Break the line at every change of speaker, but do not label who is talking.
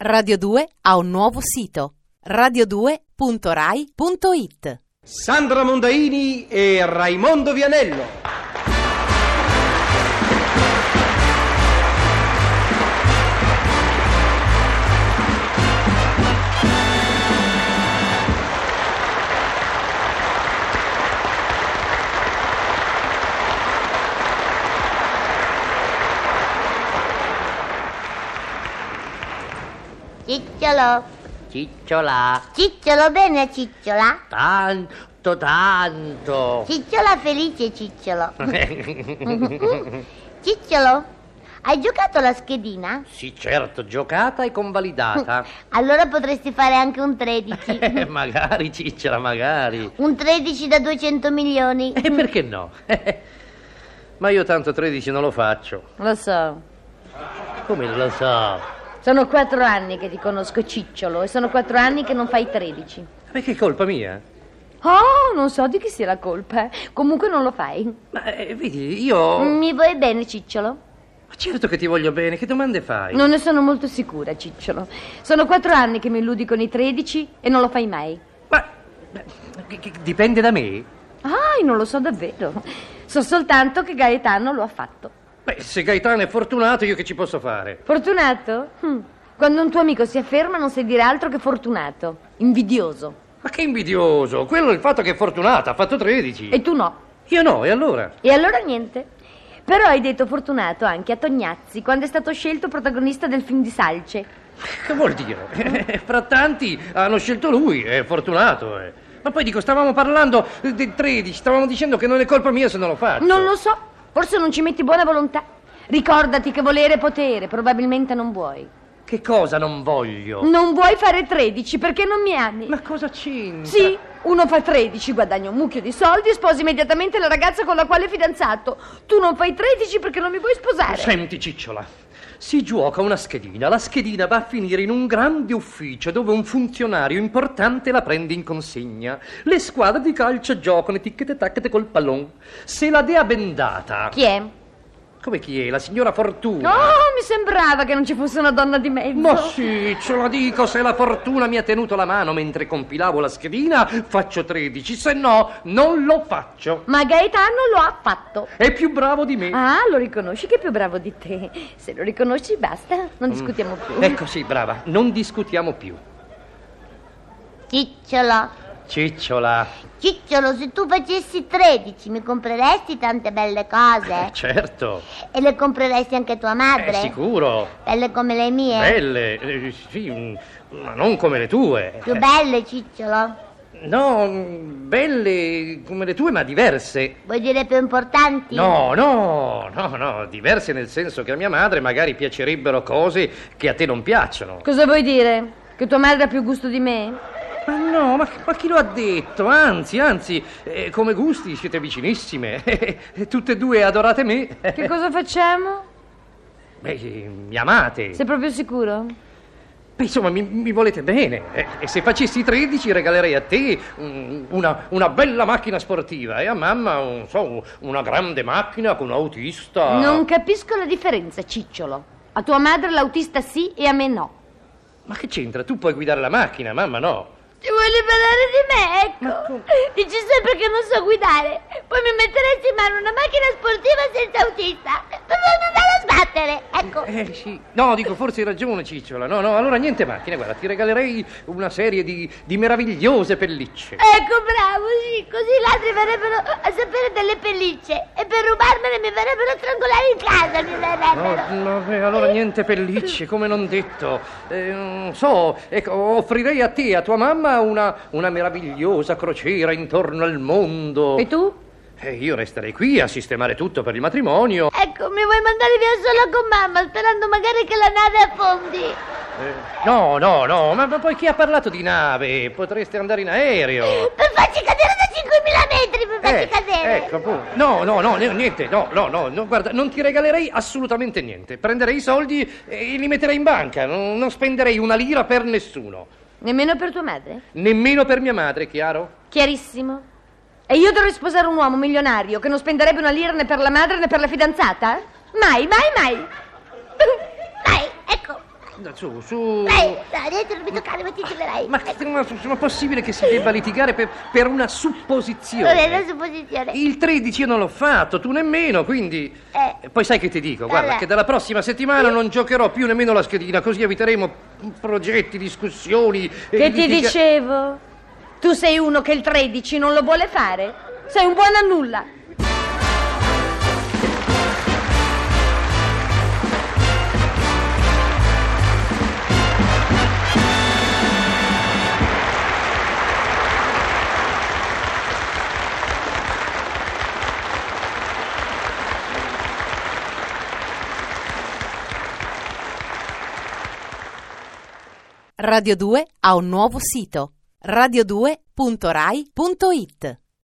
Radio 2 ha un nuovo sito radio2.rai.it
Sandra Mondaini e Raimondo Vianello.
Cicciolo,
Cicciola,
cicciolo bene cicciola,
tanto, tanto.
cicciola felice cicciolo. Cicciolo, hai giocato la schedina?
sì, certo, giocata e convalidata.
Allora potresti fare anche un 13.
Eh, magari, cicciola, magari.
Un 13 da 200 milioni.
E perché no? Ma io tanto 13 non lo faccio.
Lo so,
Come lo so?
sono quattro anni che ti conosco cicciolo e sono quattro anni che non fai 13.
Perché è colpa mia?
Oh, non so di chi sia la colpa, eh. comunque non lo fai.
Ma eh, vedi, io.
Mm, Mi vuoi bene cicciolo?
Ma certo che ti voglio bene, che domande fai?
Non ne sono molto sicura cicciolo. Sono quattro anni che mi illudi con i 13 e non lo fai mai.
Ma. ma- che- che- dipende da me?
Ah, io non lo so davvero. So soltanto che Gaetano lo ha fatto.
Beh, se Gaetano è fortunato, io che ci posso fare?
Fortunato? Hm. Quando un tuo amico si afferma non sai dire altro che fortunato, invidioso.
Ma che invidioso! Quello è il fatto che è fortunato, ha fatto 13.
E tu no.
Io no, e allora?
E allora niente. Però hai detto fortunato anche a Tognazzi quando è stato scelto protagonista del film di Salce.
Che vuol dire?
Mm.
Fra tanti hanno scelto lui, è fortunato. eh. Ma poi dico, stavamo parlando eh, del 13, stavamo dicendo che non è colpa mia se non lo faccio.
Non lo so, forse non ci metti buona volontà. Ricordati che volere è potere, probabilmente non vuoi.
Che cosa non voglio?
Non vuoi fare 13 perché non mi ami.
Ma cosa c'entra?
Sì, uno fa 13, guadagna un mucchio di soldi e sposi immediatamente la ragazza con la quale è fidanzato. Tu non fai 13 perché non mi vuoi sposare.
Senti, cicciola, si gioca una schedina. La schedina va a finire in un grande ufficio dove un funzionario importante la prende in consegna. Le squadre di calcio giocano etichette e tacchete col pallon. Se la dea bendata.
Chi è?
Come chi è? La signora Fortuna.
Oh, mi sembrava che non ci fosse una donna di mezzo.
Ma sì, ce la dico, se la fortuna mi ha tenuto la mano mentre compilavo la schedina, faccio 13, se no non lo faccio.
Ma Gaetano lo ha fatto.
È più bravo di me.
Ah, lo riconosci che è più bravo di te. Se lo riconosci, basta, non discutiamo più.
Ecco sì, brava, non discutiamo più.
Cicciolo,
Cicciola,
cicciolo, se tu facessi 13 mi compreresti tante belle cose
certo,
e le compreresti anche a tua
è
madre.
sicuro.
Belle come le mie.
Eh, Belle, eh, sì, mm, ma non come le tue.
Più belle, cicciolo.
No, mm, belle come le tue, ma diverse.
Vuoi dire più importanti?
No, no, no, no, diverse nel senso che a mia madre magari piacerebbero cose che a te non piacciono.
Cosa vuoi dire? Che tua madre ha più gusto di me?
Ma no, ma, ma chi lo ha detto? Anzi, anzi, eh, come gusti siete vicinissime. E Tutte e due adorate me.
Che cosa facciamo?
Beh, eh, mi amate.
Sei proprio sicuro?
Beh, insomma, mi, mi volete bene. Eh, E se facessi 13 regalerei a te mm, una, una bella macchina sportiva e a mamma, non so, una grande macchina con autista.
Non capisco la differenza, Cicciolo. A tua madre l'autista sì e a me no.
Ma che c'entra? Tu puoi guidare la macchina, mamma no.
Ti vuoi liberare di me, ecco. Dici sempre che non so guidare. Poi mi metteresti in mano una macchina sportiva senza autista. Non a sbattere, ecco.
Eh sì, no, dico, forse hai ragione Cicciola. No, no, allora niente macchine, guarda, ti regalerei una serie di, di meravigliose pellicce.
Ecco, bravo, sì. Così i ladri verrebbero a sapere delle pellicce. E per rubarmele mi verrebbero a strangolare in casa, mi
No,
verrebbero.
Oh, no, beh, allora niente pellicce, come non detto. Eh, non so, ecco, offrirei a te e a tua mamma una, una meravigliosa crociera intorno al mondo.
E tu?
E io resterei qui a sistemare tutto per il matrimonio.
Ecco, mi vuoi mandare via solo con mamma, sperando magari che la nave affondi.
Eh, No, no, no, ma, ma poi chi ha parlato di nave? Potreste andare in aereo.
Per farci cadere da 5.000 metri, per farci
Eh,
cadere.
ecco, appunto. No, no, no, ne- niente, no, no, no, no, guarda, non ti regalerei assolutamente niente. Prenderei i soldi e li metterei in banca, non- non spenderei una lira per nessuno.
Nemmeno per tua madre?
Nemmeno per mia madre, chiaro?
Chiarissimo. E io dovrei sposare un uomo milionario che non spenderebbe una lira né per la madre né per la fidanzata? Mai, mai, mai.
Vai, ecco.
Da Su, su.
Vai, no, dietro non mi toccare, ma ti Ecco. troverai.
Ma che- ma è possibile che si debba litigare per, per una supposizione?
Non è una supposizione.
Il 13 io non l'ho fatto, tu nemmeno, quindi...
Eh.
E Poi sai che ti dico, guarda,
Vabbè.
che dalla prossima settimana non giocherò più nemmeno la schedina, così eviteremo progetti, discussioni... e
Che ti
litiga-
dicevo? Tu sei uno che il 13 non lo vuole fare? Sei un buon a nulla.
Radio 2 ha un nuovo sito radio2.rai.it